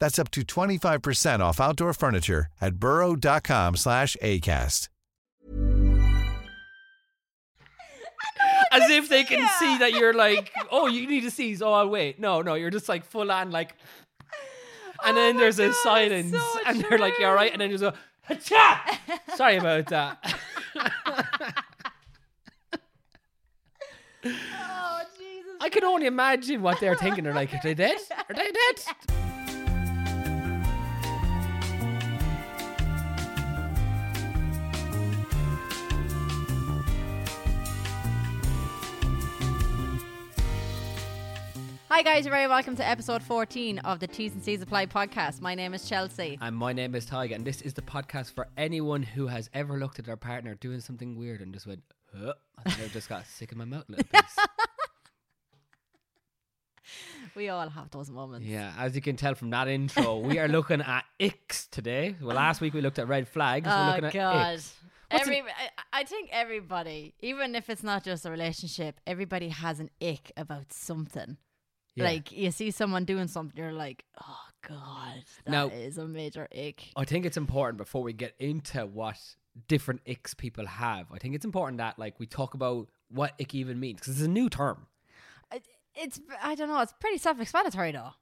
That's up to 25% off outdoor furniture at burrow.com slash ACAST. As if they can see that you're like, oh, you need to seize. Oh, I'll wait. No, no, you're just like full on like. And Oh then there's a silence, and they're like, "Yeah, all right." And then you go, "Hacha!" Sorry about that. Oh, Jesus. I can only imagine what they're thinking. They're like, "Are they dead? Are they dead?" Hi, guys. You're very welcome to episode 14 of the T's and C's Apply podcast. My name is Chelsea. And my name is Tyga, and this is the podcast for anyone who has ever looked at their partner doing something weird and just went, huh? I think I've just got sick in my mouth a little piece. We all have those moments. yeah, as you can tell from that intro, we are looking at icks today. Well, last week we looked at red flags. we're Oh looking at God! icks. What's Every, an- I, I think everybody, even if it's not just a relationship, everybody has an ick about something. Yeah. Like you see someone doing something, you're like, "Oh God, that is Now- a major ick." I think it's important before we get into what different icks people have. I think it's important that like we talk about what ick even means because it's a new term. It- It's I don't know. It's pretty self-explanatory, though.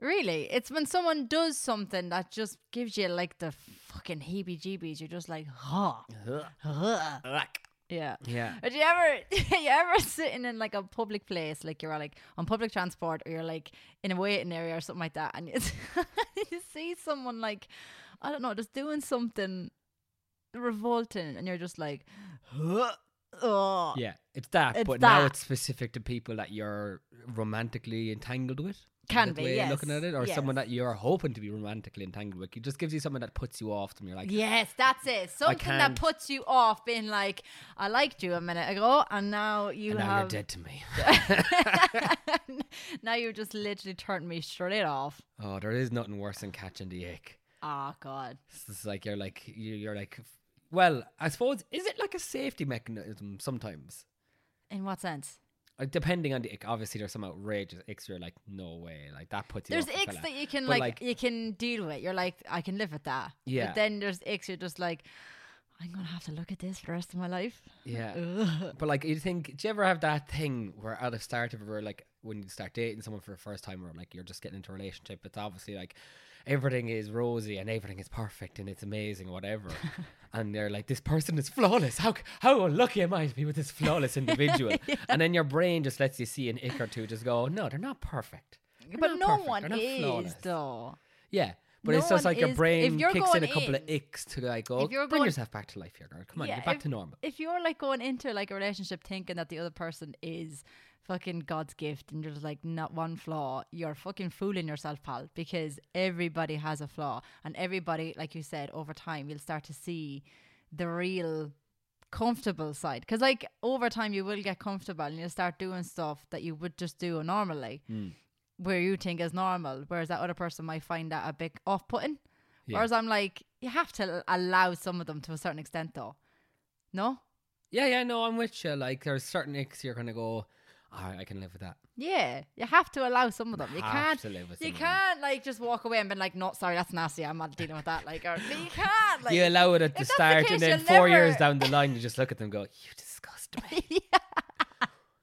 Really, it's when someone does something that just gives you like the fucking heebie-jeebies. You're just like, "Huh." Uh-huh. huh." Yeah. Yeah. But do you ever, you ever sitting in like a public place, like you're like on public transport, or you're like in a waiting area or something like that, and you, you see someone like, I don't know, just doing something revolting, and you're just like, huh, oh, Yeah, it's that, It's but now that. it's specific to people that you're romantically entangled with. Is Can that the be, way you're looking yes, at it, or someone yes. that you're hoping to be romantically entangled with. It just gives you someone that puts you off them. You're like, yes, that's it. Something that can't. puts you off being like, I liked you a minute ago, and now you and now have you're dead to me. now you're just literally turning me straight off. oh, there is nothing worse than catching the ick. Oh God. It's just like you're like you- you're like. Well, I suppose is it like a safety mechanism sometimes? In what sense? Like, depending on the ick, obviously there's some outrageous icks. You're like, no way, like that puts you. There's off the icks fella. that you can But, like, you can deal with. You're like, I can live with that. Yeah. But then there's icks you're just like, I'm gonna have to look at this for the rest of my life. Yeah. But like, you think, do you ever have that thing where at the start of where like when you start dating someone for the first time, where like you're just getting into a relationship, it's obviously like everything is rosy and everything is perfect and it's amazing, whatever. and they're like, this person is flawless. How c- how lucky am I to be with this flawless individual? And then your brain just lets you see an ick or two, just go, no, they're not perfect. They're but not no perfect. one They're not is flawless." though. Yeah. But it's no just one like your is- brain if you're kicks in a going couple of in- icks to like, oh, if you're bring going- yourself back to life here, girl. Come on, Yeah, get back if- to normal. If you're like going into like a relationship thinking that the other person is fucking God's gift and there's like not one flaw, you're fucking fooling yourself, pal, because everybody has a flaw. And everybody, like you said, over time, you'll start to see the real comfortable side. Because like over time, you will get comfortable and you'll start doing stuff that you would just do normally. Hmm. Where you think is normal, whereas that other person might find that a bit off putting. Yeah. Whereas I'm like, you have to allow some of them to a certain extent, though. No? Yeah, yeah, no, I'm with you. Like, there's certain icks you're gonna go. All right, I can live with that. Yeah, you have to allow some of them. You Have can't. to live with you some of them. can't like just walk away and be like, "No, sorry, that's nasty. I'm not dealing with that." Like, or, you can't. Like, you allow it at if the that's start, case, and then you'll four years never- down the line, you just look at them, and go, "You disgust me.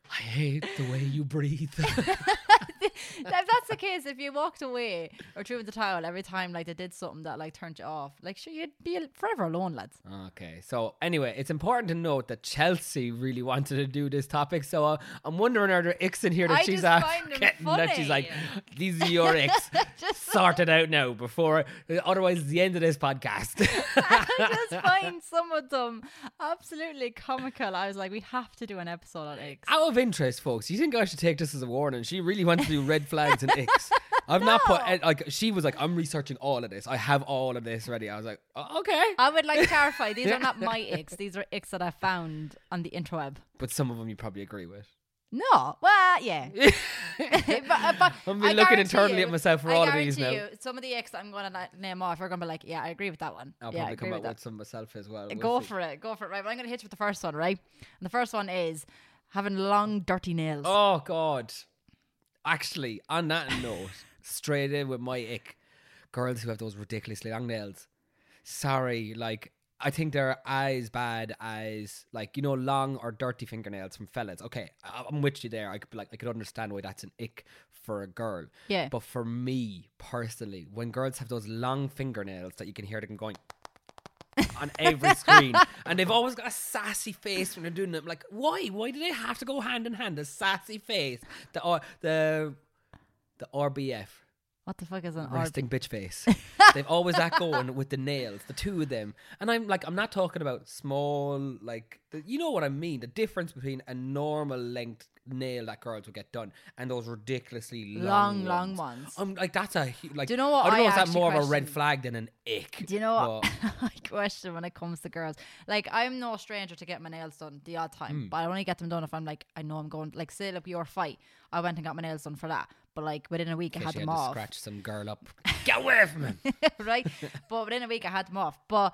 I hate the way you breathe." if that's the case, if you walked away or threw in the towel every time like they did something that like turned you off, like sure you'd be forever alone, lads. Okay, so anyway, it's important to note that Chelsea really wanted to do this topic, so uh, I'm wondering are there icks in here that I she's just uh, find 'em forgetting that she's like, these are your icks, Just- sort it out now before, uh, otherwise it's the end of this podcast. I just find some of them absolutely comical. I was like, we have to do an episode on eggs. Out of interest, folks, you think I should take this as a warning? She really wants to do red flags and icks. I've not put eh, like she was like, I'm researching all of this. I have all of this ready. I was like, "Oh, okay, I would like to clarify these are not my eggs. These are eggs that I found on the interweb. but some of them you probably agree with. No, well, yeah. but, but I'm be I looking guarantee internally you- at myself for I all of these guarantee now. You, some of the eggs that I'm going to name off are going to be like, yeah, I agree with that one. I'll yeah, I probably agree come up with with some myself as well. that. We'll Go see. for it, go for it. Right, but I'm going to hit you with the first one, right? And the first one is having long, dirty nails. Oh God! Actually, on that note, straight in with my ick, girls who have those ridiculously long nails. Sorry, like I think they're as bad as like you know long or dirty fingernails from fellas. Okay, I- I'm with you there. I could be like I could understand why that's an ick for a girl. Yeah. But for me personally, when girls have those long fingernails that you can hear them going on every screen. And they've always got a sassy face when they're doing it. I'm like, why? Why do they have to go hand in hand? The sassy face, the or the the RBF, What the fuck is an RB? resting bitch face. they've always that going with the nails, the two of them. And I'm like, I'm not talking about small, like the, you know what I mean. The difference between a normal length nail that girls would get done and those ridiculously long, Long, long ones. I'm like, that's a hu- like. Do you know what I don't I know. Is that actually more of a red question? flag than an ick? Do you know what But- I question when it comes to girls? Like, I'm no stranger to get my nails done the odd Hmm. time, but I only get them done if I'm like, I know I'm going. Like, say, like your fight, I went and got my nails done for that, but like within a week, I Yeah, had she them had to off. scratch some girl up. Get away from him. Oh, right? but within a week, I had them off. But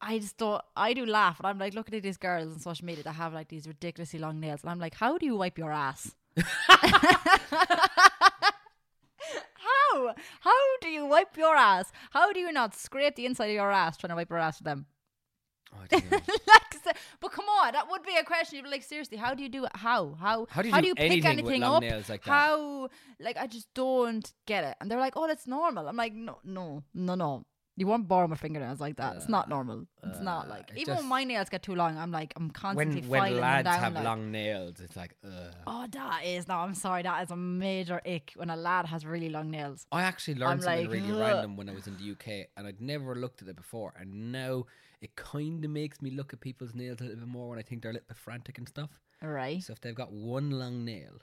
I just thought I do laugh, and I'm like looking at these girls on social media that have like these ridiculously long nails, and I'm like, how do you wipe your ass? how? How do you wipe your ass? How do you not scrape the inside of your ass trying to wipe your ass with them? Oh, I don't know. like, so- but come on, that would be a question. You'd be like, seriously, how do you do it? How? How? How do you do pick anything with anything long up? nails like that? How? Like, I just don't get it. And they're like, oh, that's normal. I'm like, no, no, no, no. You won't borrow my fingernails like that. it's not normal. It's not like Uh, it even just- when my nails get too long, I'm like, I'm constantly when when filing lads them down. have like, long nails, it's like, ugh. Oh, that is no. I'm sorry, that is a major ick when a lad has really long nails. I actually learned I'm something like, really "Ugh." random when I was in the UK, and I'd never looked at it before. And now it kind of makes me look at people's nails a little bit more when I think they're a little bit frantic and stuff. Right? So if they've got one long nail,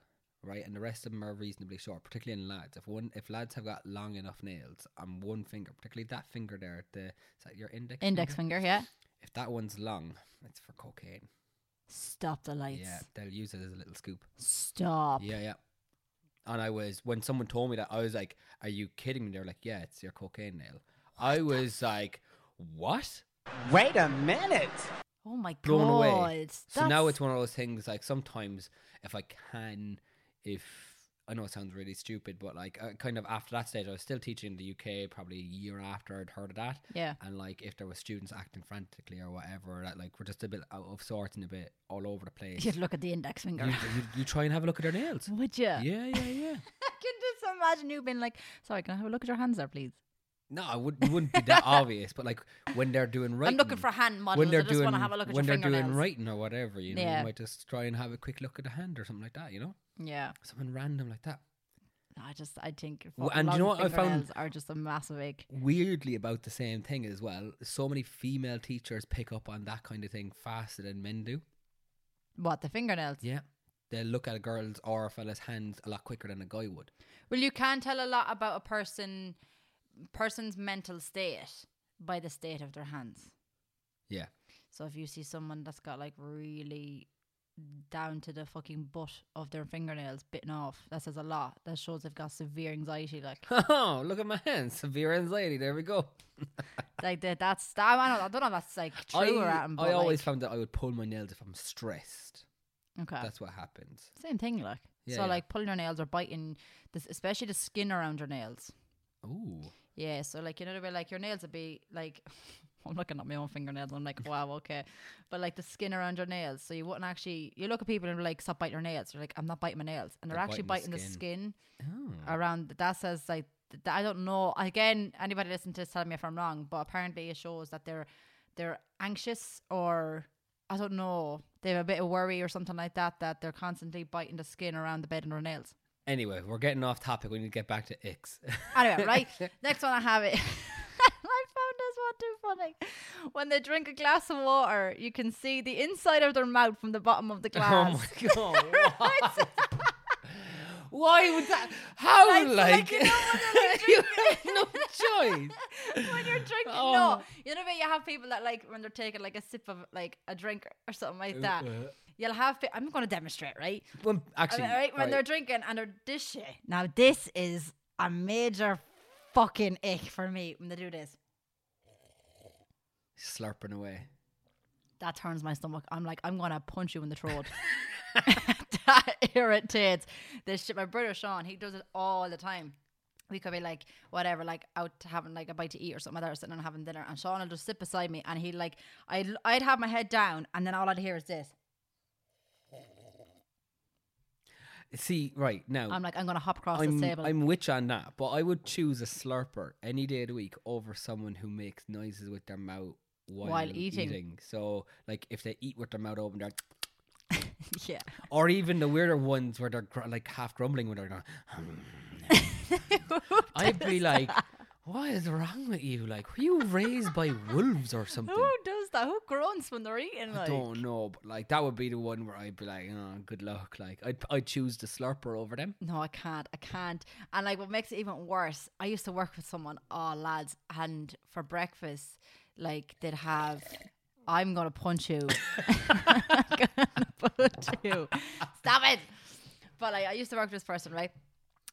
right, and the rest of them are reasonably short, particularly in lads. If one, if lads have got long enough nails on one finger, particularly that finger there, at the is that your index Index finger? finger, yeah. If that one's long, it's for cocaine. Stop the lights. Yeah, they'll use it as a little scoop. Stop. Yeah, yeah. And I was when someone told me that I was like, "Are you kidding me?" They were like, "Yeah, it's your cocaine nail." I was like, "What?" Wait a minute. Oh my Blown god. away. So now That's- it's one of those things. Like sometimes, if I can, if I know it sounds really stupid, but like uh, kind of after that stage, I was still teaching in the UK probably a year after I'd heard of that. Yeah. And like if there were students acting frantically or whatever, that like we're just a bit out of sorts and a bit all over the place. You'd look at the index finger. You, you, you try and have a look at their nails. Would you? Yeah, yeah, yeah. I can just imagine you being like, sorry, can I have a look at your hands there, please? No, I wouldn't. It wouldn't be that obvious. But like when they're doing writing, looking for hand models, I just wanna have a look at when your they're doing fingernails. writing or whatever, you know, you Yeah. might just try and have a quick look at the hand or something like that. You know, Yeah. something random like that. I just I think Well, fucking and you long know what I found- fingernails are just a massive ache. Weirdly, about the same thing as well. So many female teachers pick up on that kind of thing faster than men do. What the fingernails? Yeah. They look at a girl's or a fella's hands a lot quicker than a guy would. Well, you can tell a lot about a person person's mental state by the state of their hands. Yeah. So if you see someone that's got like really down to the fucking butt of their fingernails bitten off, that says a lot. That shows they've got severe anxiety. Like, Oh, look at my hands. Severe anxiety. There we go. like that. That's that. I don't, I don't know. If that's like true I, or anything, I but, always like, found that I would pull my nails if I'm stressed. okay. That's what happens. Same thing, like Yeah, so, yeah. like pulling your nails or biting, this, especially the skin around your nails. Ooh. Yeah, so like you know the way like your nails would be like I'm looking at my own fingernails, I'm like, wow, okay. But like the skin around your nails. So you wouldn't actually you look at people and be like, stop biting your nails. You're like, I'm not biting my nails. And they're, They're actually biting biting the the skin, Oh. around that says like th- I don't know. Again, anybody listening to this tell me if I'm wrong, but apparently it shows that they're they're anxious or I don't know, they have a bit of worry or something like that, that they're constantly biting the skin around the bed and their nails. Anyway, we're getting off topic. We need to get back to icks. Anyway, right. Next one I have it. I found this one too funny. When they drink a glass of water, you can see the inside of their mouth from the bottom of the oh glass. my god. why? Why would that? How Like, like? so, like, you know when you have no you're choice. when you're drinking, Oh. no, you know, but you have people that like when they're taking like a sip of like a drink or something Uh, like that. You'll have. Pe- I'm going to demonstrate, right? When, uh-huh. actually, right, right, when they're drinking and they're this shit. Now this is a major fucking ick for me when they do this. slurping away. that turns my stomach. I'm like, I'm gonna punch you in the throat. that irritates this shit. My brother Sean, he does it all the time. We could be like, whatever, like out to having like a bite to eat or something like that, or sitting and having dinner, and Sean will just sit beside me, and he would like, I'd I'd have my head down, and then all I'd hear is this. See, right now, I'm like, I'm gonna hop across Oh. I'm, this table. I'm which on that, but I would choose a slurper any day of the week over someone who makes noises with their mouth while, While eating. So, like, if they eat with their mouth open, they're, yeah, or even the weirder ones where they're gr- like half grumbling when they're going, I'd be like, what is wrong with you? Like, were you raised by wolves or something? who does that? Who grunts when they're eating? I Like, don't know, but like that would be the one where I'd be like, oh, good luck. Like, I'd I'd choose the slurper over them. No, I can't. I can't. And like, what makes it even worse, I used to work with someone, oh, lads, and for breakfast, like, they'd have, I'm going to punch you. I'm going to punch you. Stop it. But like, I used to work with this person, right?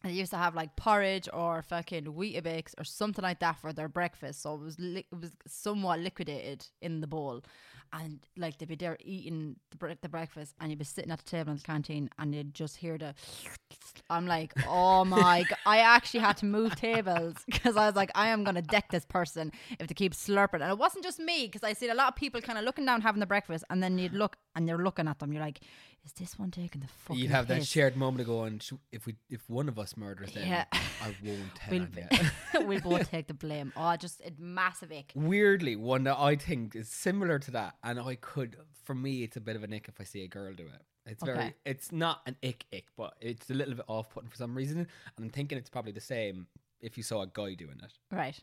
And they used to have like porridge or fucking Weetabix or something like that for their breakfast. So it was li- it was somewhat liquidated in the bowl, and like they'd be there eating the, bre- the breakfast, and you'd be sitting at the table in the canteen, and you'd just hear the. I'm like, oh my! g-" I actually had to move tables because I was like, I am gonna deck this person if they keep slurping. And it wasn't just me because I seen a lot of people kind of looking down having the breakfast, and then you'd look and you're looking at them. You're like, is this one taking the fucking? You'd have that piss? shared moment ago, and sh- if we if one of us murders them, Yeah. I won't tell We'll on you. we both take the blame. Oh, just a massive ick. Weirdly, one that I think is similar to that, and I could, for me, it's a bit of an ick if I see a girl do it. It's very, Okay. it's not an ick ick, but it's a little bit off putting for some reason. And I'm thinking it's probably the same if you saw a guy doing it. Right.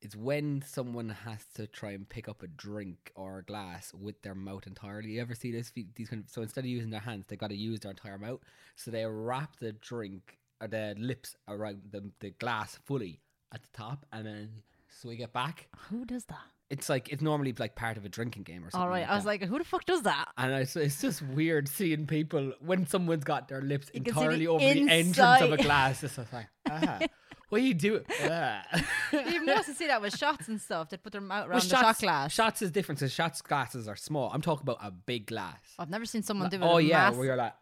It's when someone has to try and pick up a drink or a glass with their mouth entirely. You ever see this? fe- These kind of, so instead of using their hands, they got to use their entire mouth. So they wrap the drink or their lips around the, the glass fully at the top and then swig it back. Who does that? It's like it's normally like part of a drinking game or something. All right. I was that. like, who the fuck does that? and it's, it's just weird seeing people when someone's got their lips You can see the entirely over the entrance of a inside. glass. It's just like, ah, what do you do? Ah. You mostly see that with shots and stuff. They put their mouth around Well, the shot glass. Shots is different. So shots glasses are small. I'm talking about a big glass. I've never seen someone do it. oh with a yeah, mass- where you're like,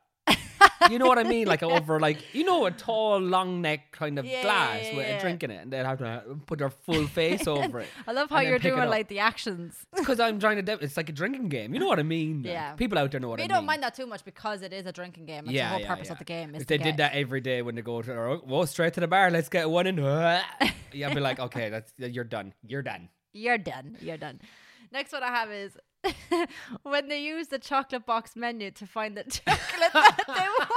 you know what I mean? Like over like you know a tall long neck kind of Yeah, glass yeah, with yeah. a drink in it, and they have to put their full face over it. I love how you're doing like the actions. because I'm trying to. De- it's like a drinking game. You know what I mean? Like, Yeah. people out there know what We I mean. don't mind that too much because it is a drinking game. It's the whole purpose of the game. Is If to they get- did that every day when they go to, or, well, straight to the bar, let's get one in. yeah, I'd be like, okay, that's you're done. You're done. You're done. You're done. Next one I have is when they use the chocolate box menu to find the chocolate that they want.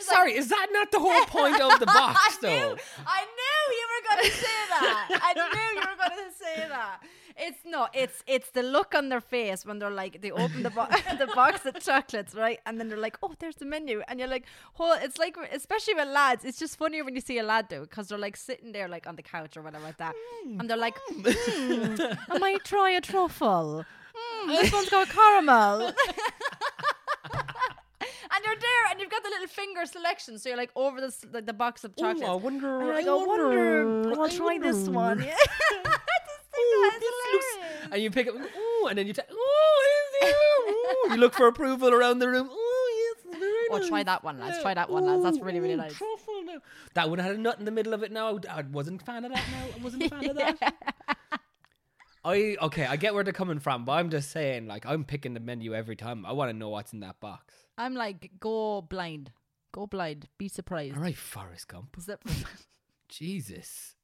Sorry, is that not the whole point of the box, I though? knew, I knew you were going to say that. I knew you were going to say that. It's no, it's it's the look on their face when they're like they open the box the box of chocolates, right? And then they're like, "Oh, there's the menu," and you're like, "Well, it's like especially with lads. It's just funnier when you see a lad do because they're like sitting there like on the couch or whatever like that, Mm, and they're like, hmm, "I might try a truffle. Hmm, this one's got caramel." and you're there and you've got the little finger selection so you're like over this like the box of chocolates I wonder, And you're I like, I wonder, wonder, I I'll try this wonder." one yeah. I just think that is hilarious. and you pick up, ooh, and then you take, ooh, is you? Ooh, you look for approval around the room. Ooh, yes, it's very Or Oh, try nice. that one, lads. Yeah. Try that one, lads. That's really, really ooh, nice. Truffle now. That one had a nut in the middle of it. Now I would- I wasn't a fan of that. Now I wasn't a fan of that. I okay, I get where they're coming from, but I'm just saying, like, I'm picking the menu every time. I want to know what's in that box. i'm like go blind go blind be surprised All right, Forrest Gump. Sup- Jesus.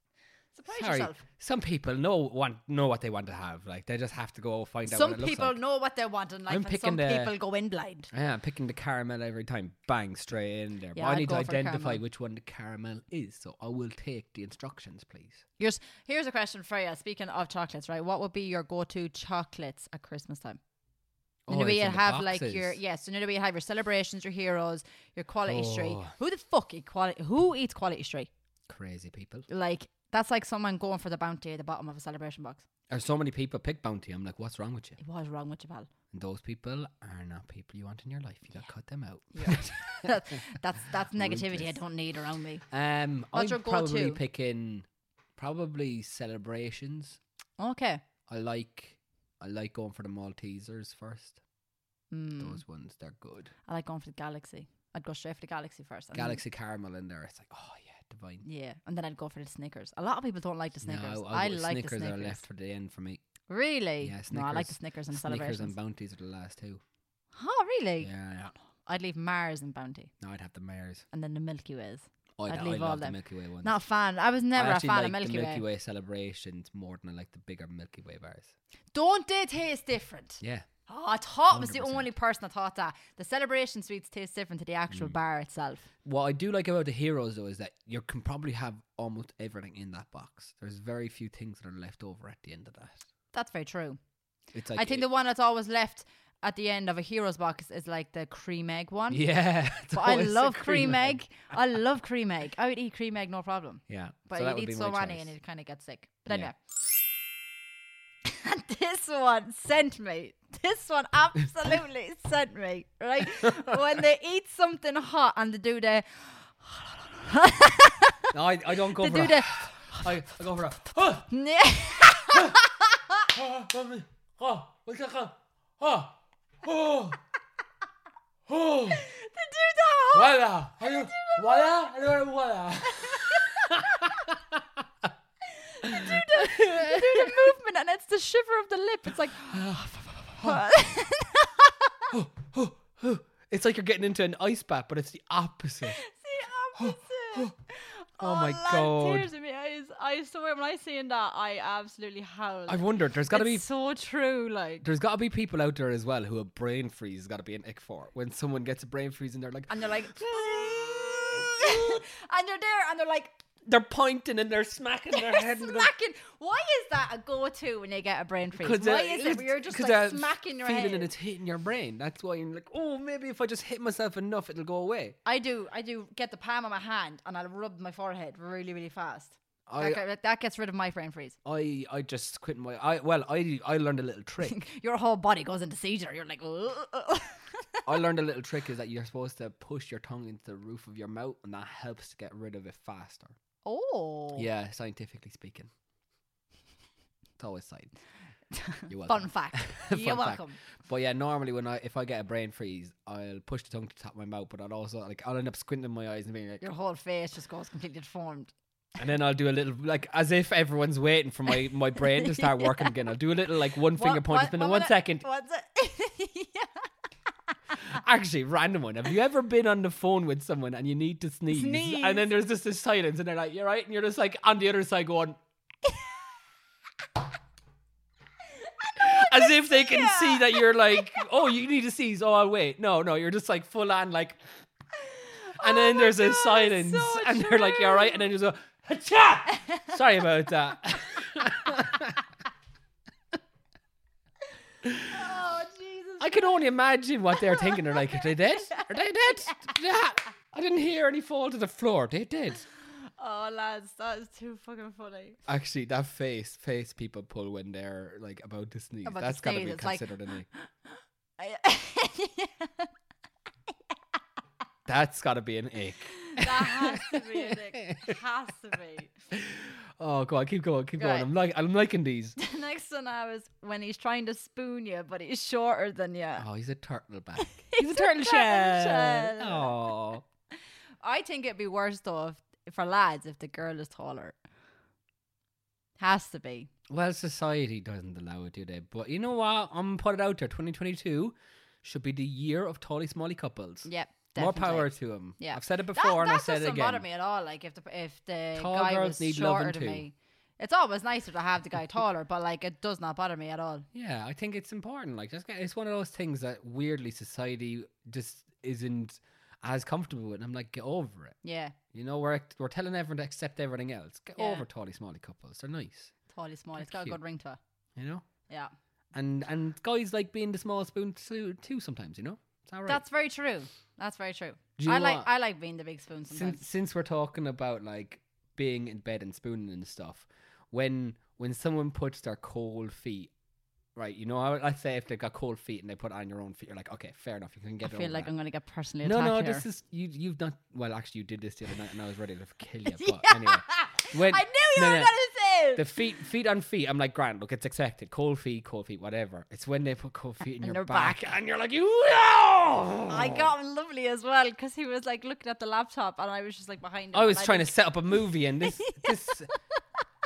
surprise Sorry, yourself some people know want know what they want to have. Like they just have to go find out. some what it looks people like. know what they want in life I'm and picking some the- people go in blind Yeah, I'm picking the caramel every time. Bang, straight in there. Yeah, but I I'd need to go for identify caramel. which one the caramel is, so I will take the instructions, please. here's here's a question for you speaking of chocolates right what would be your go-to chocolates at christmas time You Oh, know, it's we in the have like your boxes. yes. You know, we have your celebrations, your heroes, your quality street. Oh. Who the fuck eat quality? Who eats quality street? crazy people. Like that's like someone going for the bounty at the bottom of a celebration box. There's so many people pick bounty. I'm like, what's wrong with you? What is wrong with you, pal? And those people are not people you want in your life. You got to cut them out. That- that's that's negativity I don't need around me. Um, What's I'm your go-to? probably picking probably celebrations. Okay. I like I like going for the Maltesers first. Mm, Those ones, they're good. I like going for the galaxy. I'd go straight for the galaxy first. and then- Galaxy caramel in there. It's like, oh yeah, divine. yeah, and then I'd go for the Snickers. A lot of people don't like the Snickers. No, I, I'll go- like Snickers the are Snickers. left for the end for me. Really? Yeah, Snickers. No, I like the Snickers and Snickers celebrations. and bounties are the last two. oh, really? Yeah, yeah. I'd leave Mars and Bounty, No, I'd have the Mares. and then the Milky Ways. Oh, I'd I, leave I all love them. the Milky Way ones. Not a fan. I was never I a actually fan like of Milky, the Milky Way. Way. celebrations more than I like the bigger Milky Way bars. Don't they taste different? Yeah. Oh, I thought I was the 100%. only person that thought that. The celebration sweets taste different to the Mm. actual bar itself. What I do like about the heroes though is that you can probably have almost everything in that box. There's very few things that are left over at the end of that. That's very true. It's like I think it- the one that's always left at the end of a hero's box is like the cream egg one. yeah. it's But I always a love cream, egg. I love cream egg. I would eat cream egg no problem. Yeah, But so that would you be eat so my many choice. and you kind of get sick. But Yeah. anyway. And this one sent me. This one absolutely sent me, right? when they eat something hot and they do the No, I, I don't go they for do that. the I, I go for a. Oh, oh, oh, oh, what's that called? Oh, oh, oh, they do the hot voila. I do, voila, I do, voila. they do the movement and it's the shiver of the lip. It's like It's like you're getting into an ice bath, but it's the opposite. the opposite. Oh my lad, God. Tears in my eyes. I swear when I seen that I absolutely howled. I've wondered, there's got to it's be. so true, like There's got to be people out there as well who a brain freeze has got to be an ick for. When someone gets a brain freeze and they're like, and they're like and they're there and they're like they're pointing and they're smacking their head. into the- smacking. Why is that a go-to when you get a brain freeze? Why uh, is it where you're just 'cause that like smacking your feeling head? and it's hitting your brain. That's why you're like, oh, maybe if I just hit myself enough, it'll go away. I do. I do get the palm of my hand and I'll rub my forehead really, really fast. I- that, get- that gets rid of my brain freeze. I I just quit my. I well, I I learned a little trick. Your whole body goes into seizure. You're like, "Ugh." I learned a little trick is that you're supposed to push your tongue into the roof of your mouth, and that helps to get rid of it faster. oh, Yeah, scientifically speaking, it's always science. You're welcome. Fun fact. Fun You're fact. welcome. But yeah, normally when I if I get a brain freeze, I'll push the tongue to the top of my mouth, but I'll also like I'll end up squinting my eyes and being like, Your whole face just goes completely deformed. And then I'll do a little like as if everyone's waiting for my my brain to start working again. I'll do a little like one finger point. It's been one second. What's it? Actually, random one. Have you ever been on the phone with someone and you need to sneeze, and then there's just this silence, and they're like, "You're right," and you're just like on the other side going. As if they can see that you're like, oh, you need to sneeze. Oh, I'll wait. No, no, you're just like full on like. and then there's a God, silence, so and they're like, "You all right?" And then there's a, "Hacha!" sorry about that. Oh Jesus! I can only imagine what they're thinking. They're like, "Are they dead? Are they dead?" Yeah. I didn't hear any fall to the floor. They did. Oh lads, that is too fucking funny. Actually, that face face people pull when they're like about to sneeze. About to That's gotta sneeze, be it's like- considered an. I- That's gotta be an ick. that has to be a dick. Has to be. Oh god, keep going, keep Right. going. I'm like, I'm liking these. The next one I was when he's trying to spoon you, but he's shorter than you. Oh, he's a turtle back. He's a turtle shell. Oh, I think it'd be worse though if, for lads if the girl is taller. Has to be. well, society doesn't allow it, do they? But you know what? I'm gonna put it out there. 2022 should be the year of tally smally couples. Yep. More definitely. power to them. Yeah, I've said it That- before, and that I said it doesn't again. bother me at all. Like if the if the Tall guy girls was need shorter loving than too. me, it's always nicer to have the guy taller. But like it does not bother me at all. Yeah, I think it's important. Like, just get, it's one of those things that weirdly society just isn't as comfortable with. And I'm like, get over it. Yeah, You know, we're act- we're telling everyone to accept everything else. Get Yeah. over tally smally couples. They're nice. tally small. They're It's got a cute. good ring to it. You know. Yeah, and and guys like being the small spoon too, too sometimes, you know. It's all right. that's very true. That's very true. Do you I know like what? I like being the big spoon sometimes. since since we're talking about like being in bed and spooning and stuff, when when someone puts their cold feet, right? You know, I let's say if they got cold feet and they put it on your own feet, you're like, okay, fair enough, you can I get. feel over like that. I'm gonna get personally no, attacked no, here. this is you. You've done well. Actually, you did this the other night, and I was ready to kill you. Yeah. But anyway, when- I knew you no, were no. gonna say it. the feet feet on feet i'm like grant look it's expected cold feet cold feet whatever it's when they put cold feet in And your their back, back. and you're like you no! I got him lovely as well because he was like looking at the laptop and I was just like behind him. i was and trying to just- set up a movie and this this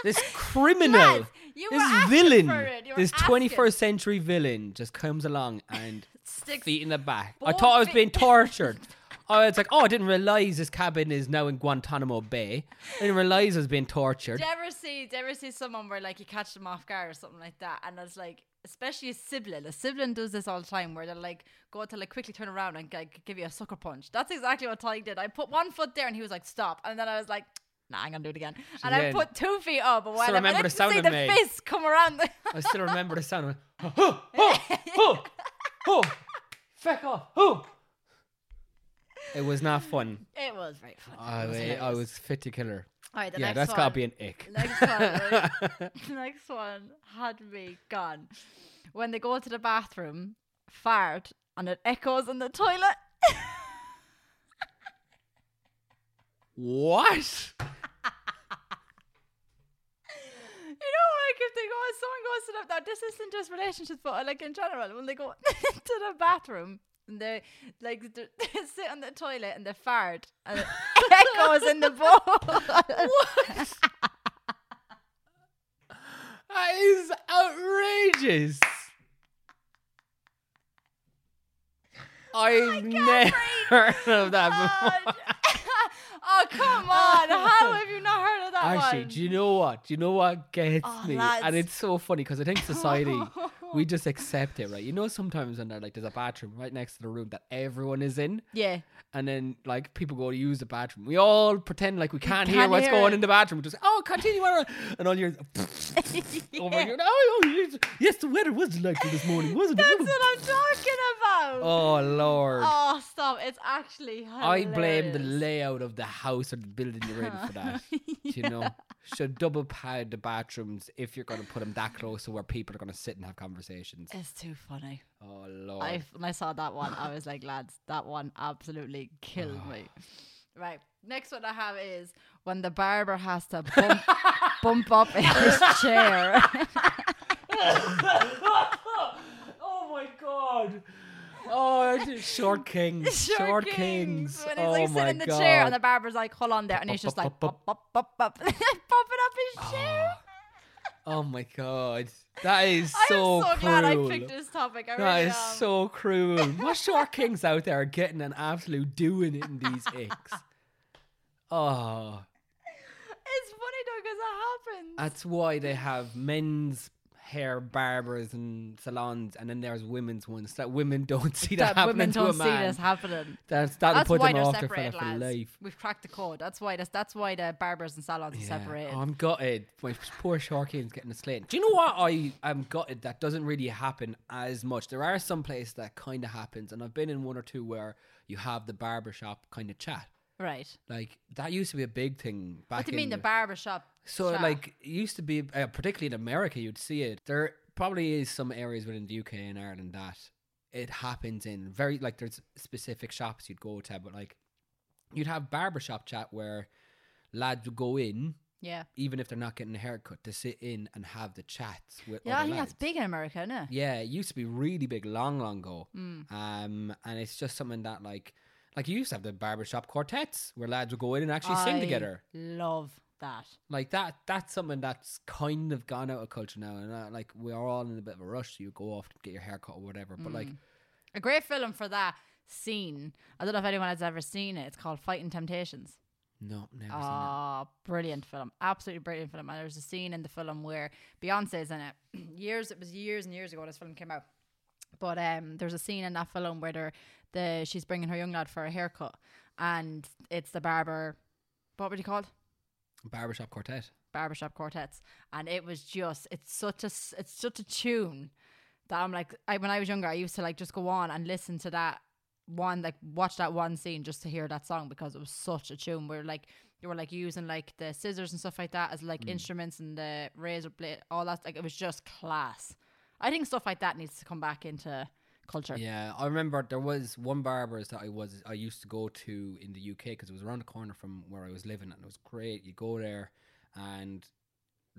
this criminal Lads, you were this asking villain for it. You were this asking. 21st century villain just comes along and Sticks feet in the back i both thought i was feet- being tortured I was like, oh, I didn't realize this cabin is now in Guantanamo Bay. I didn't realize I was being tortured. Do you ever see? Do you ever see someone where like you catch them off guard or something like that? And it's like, especially a sibling. A sibling does this all the time, where they will like go to like quickly turn around and like give you a sucker punch. That's exactly what Ty did. I put one foot there and he was like, "Stop," and then I was like. Nah, I'm gonna do it again, and I then- put two feet up. And while remember I the could sound see it the made. fist come around. The- I still remember the sound. Of, oh, oh, oh, oh, feck off, oh. It was not fun. it was very funny. I, It was wa- I hilarious. was fit to killer. All right, the Oh. yeah, next that's one. gotta be an ick. Next one, right? next one had me gone. When they go to the bathroom, fart, and it echoes in the toilet. What? You know, like if they go, if someone goes to the now this isn't just relationships, but like in general, when they go to the bathroom and they like they they sit on the toilet and they fart, and it echoes in the bowl. what? That is outrageous. I've never heard of that before. oh come on! How have you not heard of that Actually, one? do you know what? Do you know what gets Oh, me? lads. And it's so funny because I think society, we just accept it, right? You know, sometimes when they're like, there's a bathroom right next to the room that everyone is in, yeah. and then like people go to use the bathroom. We all pretend like we can't, hear can't what's hear going it. in the bathroom. Just, oh, continue. on," and all your over here. Oh, oh, yes, yes, the weather was likely this morning, wasn't That's it? what I'm talking about. Oh, Lord. Oh, stop. It's actually hilarious. I blame the layout of the house or the building you're in for that. You know, should double pad the bathrooms if you're going to put them that close to where people are going to sit and have conversations. It's too funny. Oh lord! Eh, I, when I saw that one, I was like, lads, that one absolutely killed Ah. me. Right. Next one I have is when the barber has to bump, bump up in his chair. oh my god! Oh, I did- short kings, short, kings. When he's oh like my sitting in the god! chair and the barber's like, hold on there. And he's just like, Bop, bop, bop, bop, bop, popping up Ah, his chair. oh my god! That is so, I'm so glad I cruel. picked this topic. I That really is am. so cruel. What short kings out there are getting an absolute doing it in these icks. Oh, It's funny though because it happens. that's why they have men's hair barbers and salons, and then there's women's ones that women don't see that, that, happening women to a don't see man. this happening. That's that'll that's put why them they're off their fella separated, for lads. life. We've cracked the code. That's why this. That's why the barbers and salons are Yeah. separated. Oh, I'm gutted. My poor Sharkian's getting a slate. Do you know what I am gutted? That doesn't really happen as much. There are some places that kind of happens, and I've been in one or two where you have the barbershop kind of chat. right. Like that used to be a big thing back. What do you mean in the barbershop? So shop? like it used to be, uh, particularly in America, you'd see it. There probably is some areas within the UK and Ireland that it happens in very like there's specific shops you'd go to, but like you'd have barbershop chat where lads would go in yeah, even if they're not getting a haircut, to sit in and have the chats with yeah. I other think that's lads. big in America, isn't it? Yeah, it used to be really big long, long ago. Mm. Um, and it's just something that like, like you used to have the barbershop quartets where lads would go in and actually sing I together. Love that. Like that, that's something that's kind of gone out of culture now. And uh, like we're all in a bit of a rush. So you go off to get your haircut or whatever. But like, A great film for that scene. I don't know if anyone has ever seen it. It's called Fighting Temptations. no, never seen that. Oh, brilliant film. Absolutely brilliant film. And there's a scene in the film where Beyonce's in it. years it was years and years ago this film came out. But um there's a scene in that film where they're- the she's bringing her young lad for a haircut and it's the barber what were you called? barbershop quartet. barbershop quartets and it was just it's such a s- it's such a tune that i'm like I, when i was younger i used to like just go on and listen to that one like watch that one scene just to hear that song because it was such a tune where like they were like using like the scissors and stuff like that as like instruments and the razor blade all that like it was just class i think stuff like that needs to come back into culture Yeah, I remember there was one barbers that I was I used to go to in the UK because it was around the corner from where I was living, and it was great. You go there, and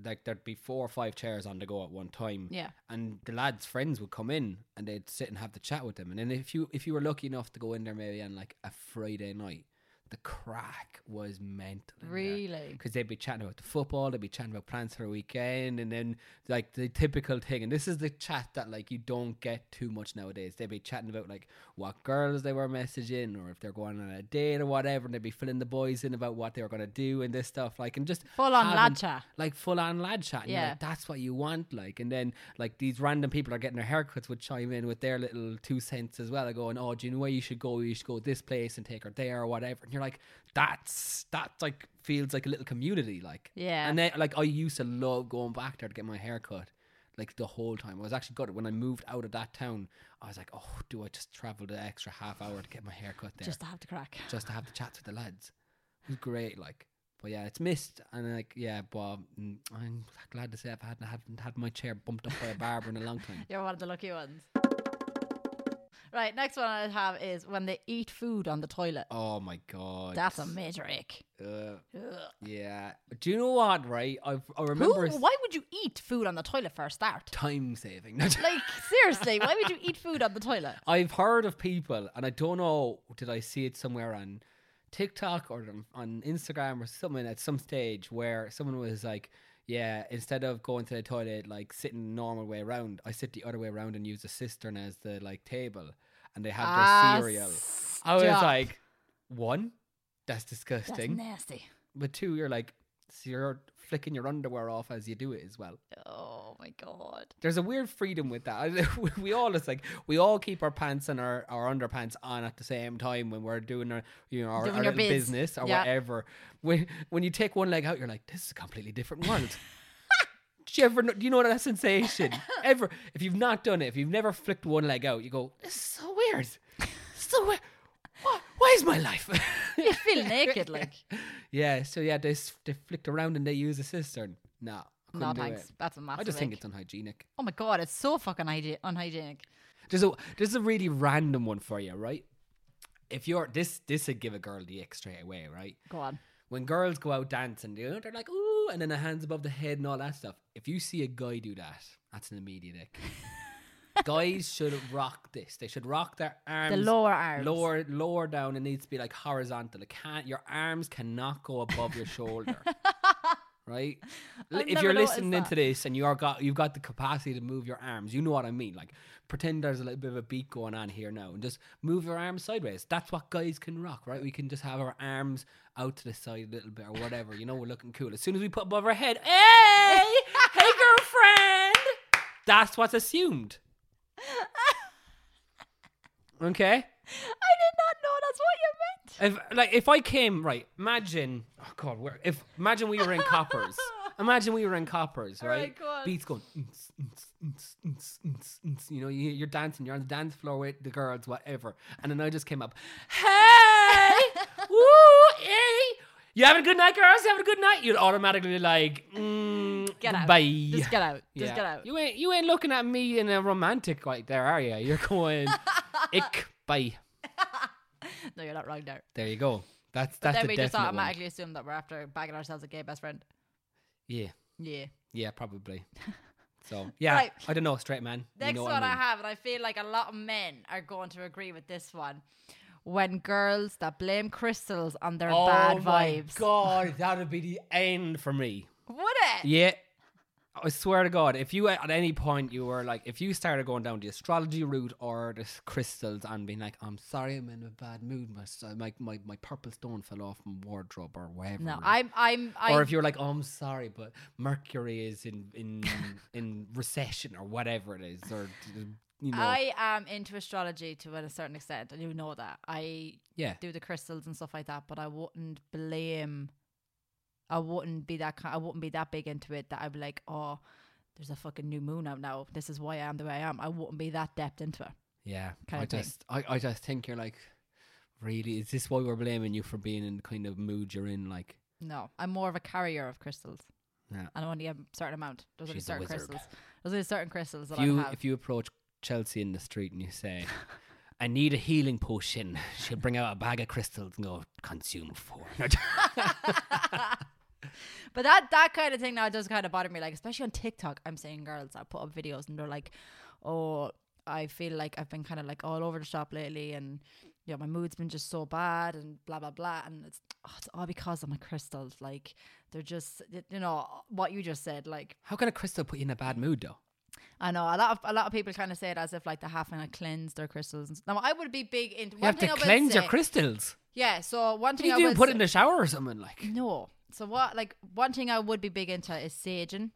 like there'd be four or five chairs on the go at one time. Yeah. and the lads' friends would come in, and they'd sit and have the chat with them. And then if you if you were lucky enough to go in there maybe on like a Friday night, the crack was mental. in there really because they'd be chatting about the football, they'd be chatting about plans for the weekend, and then like the typical thing. And this is the chat that like you don't get too much nowadays. They'd be chatting about like what girls they were messaging, or if they're going on a date or whatever, and they'd be filling the boys in about what they were gonna do and this stuff. Like and just Full on lad having- chat. like full on lad chat. And yeah, Yeah. like, that's what you want. Like and then like these random people are getting their haircuts would chime in with their little two cents as well, and going, oh, do you know where you should go? You should go this place and take her there or whatever. And you're like, that's that's like feels like a little community, like Yeah. And then like I used to love going back there to get my haircut. Like the whole time, I was actually gutted when I moved out of that town. I was like, "Oh, do I just travel the extra half hour to get my haircut there?" just to have the crack just to have the chats with the lads. It was great, like. But yeah, it's missed, and like, yeah, but mm, I'm glad to say I've had haven't had my chair bumped up by a barber in a long time. You're one of the lucky ones. Right, next one I have is when they eat food on the toilet. Oh my god, That's a major ick. uh, yeah. Do you know what? Right, I I remember Who- s- why would you eat food on the toilet for a start? time saving. Like, seriously, why would you eat food on the toilet? I've heard of people, and I don't know, did I see it somewhere on TikTok or on- on Instagram or something at some stage where someone was like, yeah, instead of going to the toilet, like sitting the normal way around, I sit the other way around and use the cistern as the like table, and they have their Ah, cereal. I was stop. like, one, that's That's disgusting, nasty. but two, you're like, so you're flicking your underwear off as you do it as well Oh my god. there's a weird freedom with that. We- we all it's like we all keep our pants and our, our underpants on at the same time when we're doing our you know our, Doing our your little biz. business or Yeah. whatever. When when you take one leg out, you're like, this is a completely different world. Do you ever know, do you know that sensation? ever if you've not done it, if you've never flicked one leg out, you go, this is so weird. so weird. Why, why is my life? You feel naked, like. yeah, so yeah, they, s- they flicked around and they use a cistern. No, I couldn't No do thanks. it. That's a massive I just think ick. it's unhygienic. Oh my god, it's so fucking hygi- unhygienic. There's a there's a really random one for you, right? If you're this this would give a girl the ick straight away, right? Go on. When girls go out dancing, you know, they're like ooh, and then the hands above the head and all that stuff. If you see a guy do that, that's an immediate ick. Guys should rock this. They should rock their arms, lower arms. lower lower down. It needs to be like horizontal. It can't. Your arms cannot go above your shoulder. Right, L- I've if never you're noticed listening that. into this and you are got you've got the capacity to move your arms, you know what I mean. Like pretend there's a little bit of a beat going on here now, and just move your arms sideways. That's what guys can rock, right? We can just have our arms out to the side a little bit or whatever. You know, we're looking cool. As soon as we put above our head, hey, hey, girlfriend, that's what's assumed. Okay. I did not know that's what you meant. If like if I came right, imagine oh god, where if imagine we were in coppers. Imagine we were in coppers, right? Alright, go on. Beats going, "Unts, unts, unts, unts, unts, unts," you know, you, you're dancing, you're on the dance floor with the girls, whatever. And then I just came up, hey, woo, hey, you having a good night, girls? You having a good night? You'd automatically like, mm, Get out. Bye. Just get out. Just Yeah. get out. You ain't you ain't looking at me in a romantic like there, are you? You're going, ick, bye. no, you're not wrong there. There you go. That's But that's then a we just definite one. automatically assume that we're after bagging ourselves a gay best friend. Yeah, Yeah. yeah, probably. So yeah, Right. I don't know, straight man. You Next know what one I, mean. have, and I feel like a lot of men are going to agree with this one. When girls that blame crystals on their Oh bad my vibes. god, that would be the end for me. Would it? Yeah. I swear to God, if you at any point you were like, if you started going down the astrology route or the s- crystals and being like, I'm sorry, I'm in a bad mood, my s- my my, my purple stone fell off my wardrobe or whatever. No, like, I'm I'm I or if you're like, oh, I'm sorry, but Mercury is in in in recession or whatever it is, or you know, I am into astrology to a certain extent, and you know that. I yeah, do the crystals and stuff like that, but I wouldn't blame. I wouldn't be that. ki- I wouldn't be that big into it that I'd be like, oh, there's a fucking new moon out now. This is why I am the way I am. I wouldn't be that depth into it. yeah. Kind I of thing. just I, I just think you're like, really, is this why we're blaming you for being in the kind of mood you're in? Like, No, I'm more of a carrier of crystals. Yeah. And I only have a certain amount. There's only She's a certain wizard. crystals. There's only certain crystals that if you I have. if you approach Chelsea in the street and you say. I need a healing potion. She'll bring out a bag of crystals and go consume four. But that that kind of thing now does kind of bother me, like especially on TikTok. I'm seeing girls that put up videos and they're like, "Oh, I feel like I've been kind of like all over the shop lately, and you know my mood's been just so bad, and blah blah blah." And it's oh, it's all because of my crystals. Like they're just you know what you just said. Like How can a crystal put you in a bad mood though? I know a lot of a lot of people kind of say it as if like they're having to cleanse their crystals. And s- now I would be big into You have to I will cleanse your say- crystals. Yeah, so one What thing do you I do? will Put it say- in the shower or something like? no. So what? Like one thing I would be big into is saging.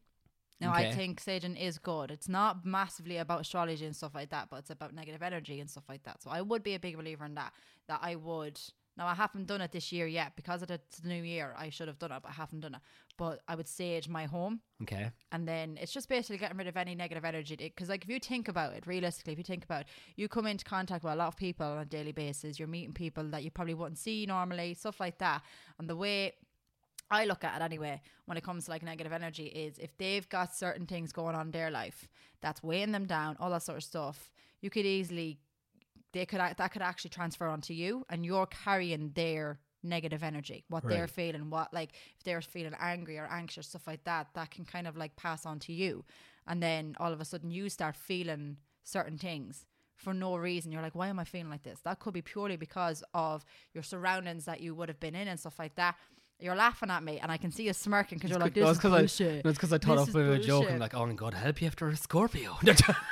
Now I Okay. think saging is good. It's not massively about astrology and stuff like that, but it's about negative energy and stuff like that. So I would be a big believer in that. That I would. Now I haven't done it this year yet because of the it's the new year. I should have done it, but I haven't done it. But I would sage my home Okay. and then it's just basically getting rid of any negative energy because like if you think about it realistically if you think about it you come into contact with a lot of people on a daily basis you're meeting people that you probably wouldn't see normally stuff like that and the way i look at it anyway when it comes to like negative energy is if they've got certain things going on in their life that's weighing them down all that sort of stuff you could easily they could act- that could actually transfer onto you and you're carrying their negative energy what they're Right. feeling what like if they're feeling angry or anxious stuff like that that can kind of like pass on to you and then all of a sudden you start feeling certain things for no reason you're like why am i feeling like this that could be purely because of your surroundings that you would have been in and stuff like that you're laughing at me and i can see you smirking because you're like this is bullshit That's because I thought This off is with a joke. I'm bullshit." like, oh, and God help you after a Scorpio.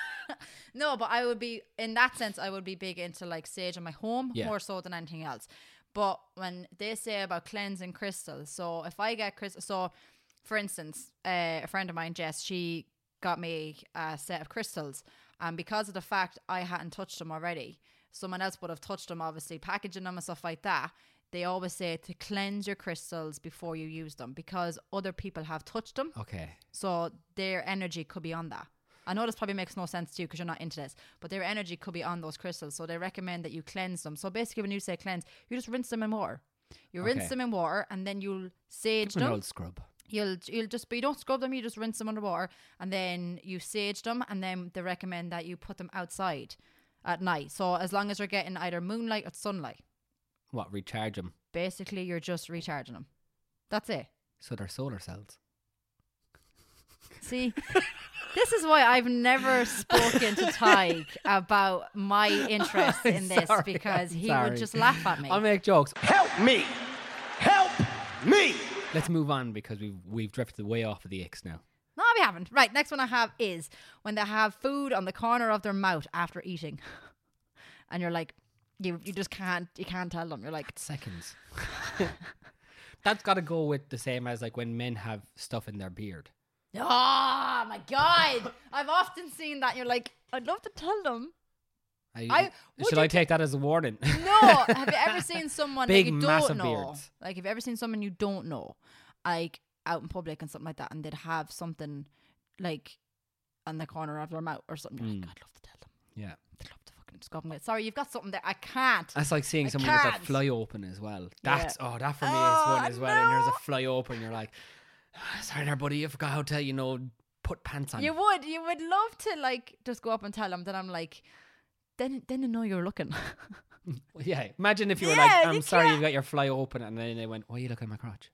No, but I would be in that sense. I would be big into like sage in my home Yeah. more so than anything else. But when they say about cleansing crystals, so if I get crystals, so for instance, uh, a friend of mine, Jess, she got me a set of crystals, and because of the fact I hadn't touched them already, someone else would have touched them, obviously packaging them and stuff like that. They always say to cleanse your crystals before you use them because other people have touched them. okay. So their energy could be on that. I know this probably makes no sense to you because you're not into this, but their energy could be on those crystals. So they recommend that you cleanse them. So basically, when you say cleanse, you just rinse them in water. You rinse Okay. them in water, and then you'll sage Give me an them. old scrub. You'll you'll just but you don't scrub them. You just rinse them under water, and then you sage them. And then they recommend that you put them outside at night. So as long as you're getting either moonlight or sunlight, What? Recharge them. basically you're just recharging them. That's it. So they're solar cells. See, this is why I've never spoken to Tyke about my interest in this Sorry, because I'm he sorry. would just laugh at me. I'll make jokes. Help me! Help me! Let's move on because we've we've drifted way off of the X now. no, we haven't. Right, next one I have is when they have food on the corner of their mouth after eating, and you're like, you you just can't you can't tell them. You're like, Seconds. That's got to go with the same as like when men have stuff in their beard. Oh my god! I've often seen that. You're like, I'd love to tell them. I, I- would should you I take that as a warning? No, have you ever seen someone Big, that you massive don't know? beards. Like, have you ever seen someone you don't know, like out in public and something like that, and they'd have something like on the corner of their mouth or something? Hmm. You're like, I'd love to tell them. yeah. I'd love to fucking scoff and go, Sorry, you've got something there. I can't. That's like seeing I someone with their can't. fly open as well. Yeah. That's oh, that for me is Oh, one as well. And there's no. a fly open, you're like, "Ah, sorry there, buddy, I forgot how to, you know, put pants on. You would, you would love to like just go up and tell them that I'm like, then, then they know you're looking. Well, yeah. Imagine if you were Yeah, like, you I'm sorry can't- you got your fly open and then they went, Why are you looking at my crotch?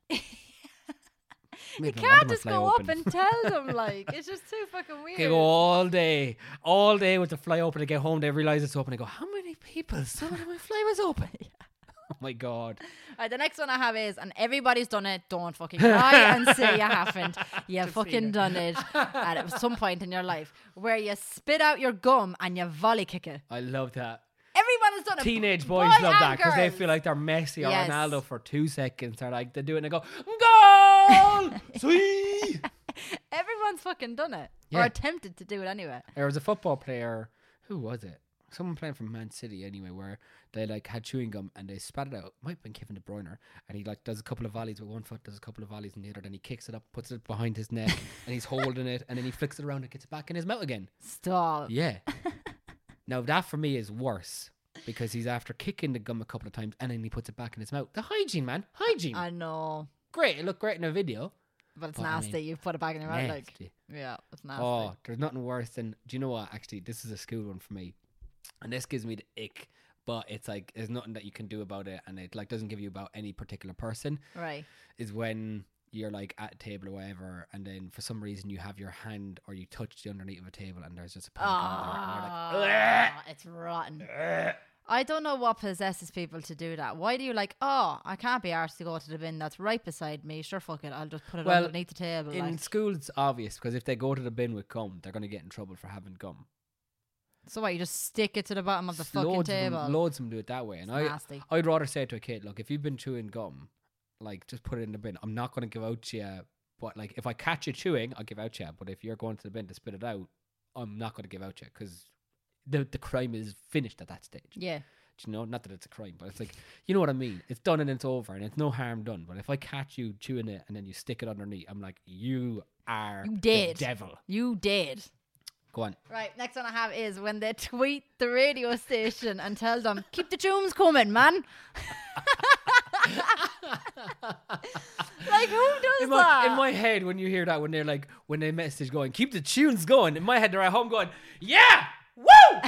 you can't just go up and tell them like it's just too fucking weird. They go all day, all day with the fly open. They get home, they realize it's open. They go, How many people saw that my fly was open? Oh my God. Right, the next one I have is, and everybody's done it. Don't fucking lie and say you haven't. You fucking done it at some point in your life where you spit out your gum and you volley kick it. I love that. Everyone has done it. Teenage boy boys love and that because they girls. feel like they're Messi or Yes. Ronaldo for two seconds. They're like, they do it and they go, Goal! Sweet! everyone's fucking done it or Yeah. attempted to do it anyway. There was a football player. Who was it? Someone playing from Man City anyway, where they like had chewing gum and they spat it out. Might have been Kevin De Bruyne, and he like does a couple of volleys with one foot, does a couple of volleys in the other, then he kicks it up, puts it behind his neck, and he's holding it, and then he flicks it around and gets it back in his mouth again. Stop. Yeah. now that for me is worse because he's after kicking the gum a couple of times and then he puts it back in his mouth. The hygiene, man, hygiene. I know, Great, it looked great in a video. but it's But I mean, nasty. you put it back in your mouth, like nasty. yeah, it's nasty. Oh, there's nothing worse than. Do you know what? Actually, this is a school one for me, and this gives me the ick. But it's like there's nothing that you can do about it, and it like doesn't give you about any particular person. Right. Is when you're like at a table or whatever, and then for some reason you have your hand or you touch the underneath of a table, and there's just a. panic on there, Oh, and you're like, Ah, it's rotten. I don't know what possesses people to do that. Why do you like? Oh, I can't be arsed to go to the bin that's right beside me. Sure, fuck it. I'll just put it Well, underneath the table. In Ah, like. school, it's obvious because if they go to the bin with gum, they're going to get in trouble for having gum. So what? You just stick it to the bottom of the S- fucking loads table. Of them, loads of them do it that way, and It's I, nasty. I'd rather say to a kid, look, if you've been chewing gum, like just put it in the bin. I'm not going to give out to you, but like if I catch you chewing, I'll give out to you. But if you're going to the bin to spit it out, I'm not going to give out to you because the the crime is finished at that stage. Yeah. Do you know, not that it's a crime, but it's like you know what I mean. It's done and it's over, and it's no harm done. But if I catch you chewing it and then you stick it underneath, I'm like, you are You the did. devil. You did. Go on. Right. Next one I have is when they tweet the radio station and tell them keep the tunes coming, man. like who does in my, that? in my head, when you hear that, when they're like, when they message going, keep the tunes going. In my head, they're at home going, yeah, woo! Oh,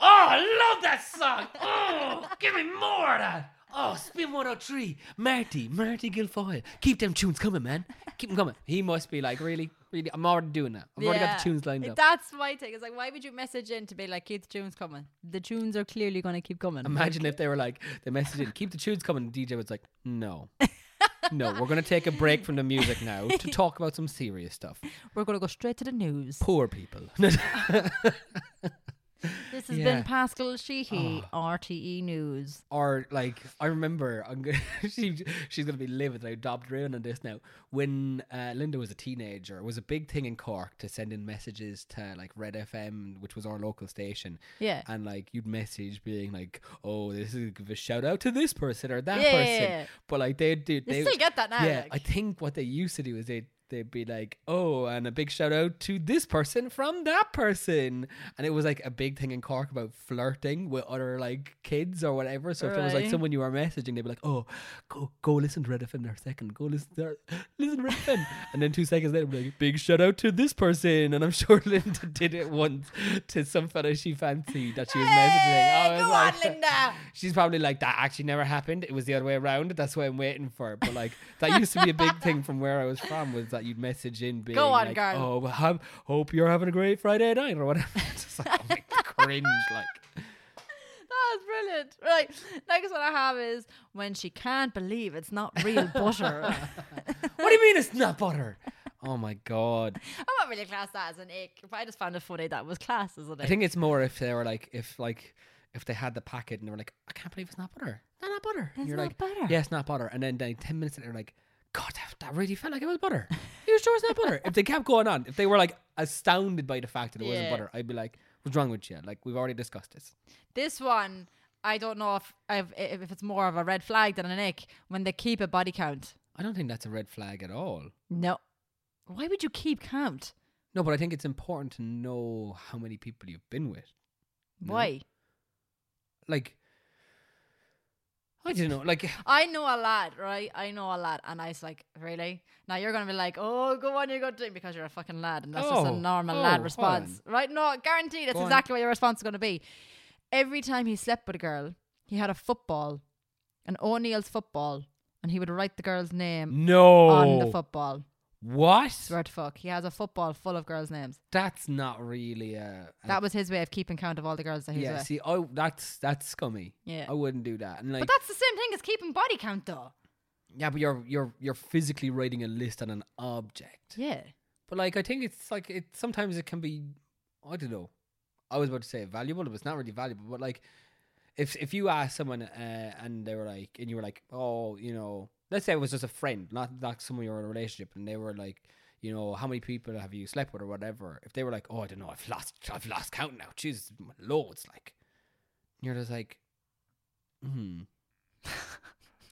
I love that song. Oh, give me more of that. Oh, Spin 103, Marty, Marty Guilfoyle. Keep them tunes coming, man. Keep them coming. He must be like, really? Really? I'm already doing that. I've already got the Yeah. tunes lined up. That's my take. It's like, why would you message in to be like, keep the tunes coming? The tunes are clearly going to keep coming. Imagine if they were like, they messaged in, keep the tunes coming. The DJ was like, no. No, we're going to take a break from the music now to talk about some serious stuff. We're going to go straight to the news. Poor people. This has Yeah. Ah. been Pascal Sheehy, RTE News. or like I remember, I'm gonna, she she's gonna be livid. I dobbed around on this now. When uh, Linda was a teenager, it was a big thing in Cork to send in messages to like Red FM, which was our local station. Yeah. and like you'd message being like, "Oh, this is give a shout out to this person or that Yeah, yeah, person." yeah. But like they did, You they still get that now, Yeah, like. I think what they used to do is they. They'd be like, oh, and a big shout out to this person from that person. And it was like a big thing in Cork about flirting with other like kids or whatever. So if there was like Right. someone you were messaging, they'd be like, oh, go go listen to Red FM there a second. Go listen to listen to Red FM. And then two seconds later, be like, big shout out to this person. And I'm sure Linda did it once to some fellow she fancied that she was messaging. I was go Oh, like- on, Linda. She's probably like, that actually never happened. It was the other way around. That's what I'm waiting for. But like, that used to be a big thing from where I was from was that you'd message in being on, like, girl. oh, well, have, hope you're having a great Friday night or whatever. It's just like, oh, my cringe. Like, That's brilliant. Right. Next one I have is when she can't believe it's not real butter. what do you mean it's not butter? Oh my God. I won't really class that as an ick, but I just found it funny that was class, isn't it? I think it's more if they were like, if like, if they had the packet and they were like, I can't believe it's not butter. Not, not butter. And It's you're not like, butter. Yeah, it's not butter. And then, then 10 minutes later, like, God, that, that really felt like it was butter. Are you sure it's not butter? if they kept going on, if they were like astounded by the fact that it wasn't Yeah. butter, I'd be like, what's wrong with you? Like, we've already discussed this. This one, I don't know if I've, if if it's more of a red flag than an ick when they keep a body count. I don't think that's a red flag at all. No. Why would you keep count? No, but I think it's important to know how many people you've been with. No. Why? Like, I don't know. Like, I know a lad, right? I know a lad, and I was like, really? Now you're gonna be like, oh, go on, you go do it," because you're a fucking lad, and that's just Oh, a normal oh, lad hold response, right? No, guaranteed, that's Go on. exactly what your response is gonna be. Every time he slept with a girl, he had a football, an O'Neill's football, and he would write the girl's name no. on the football. What? Swear to fuck, he has a football full of girls' names. That's not really a. a- That was his way of keeping count of all the girls that he yeah. was with. See, I that's that's scummy. Yeah. I wouldn't do that. And like, but that's the same thing as keeping body count, though. yeah, but you're you're you're physically writing a list on an object. Yeah. But like, I think it's like it. Sometimes it can be, I don't know. I was about to say valuable, but it's not really valuable. But like, if if you ask someone uh, and they were like, and you were like, oh, you know, let's say it was just a friend, not not someone you're in a relationship, and they were like, you know, how many people have you slept with or whatever. If they were like, oh, I don't know, I've lost, I've lost count now. Jesus, loads. Like, you're just like, hmm.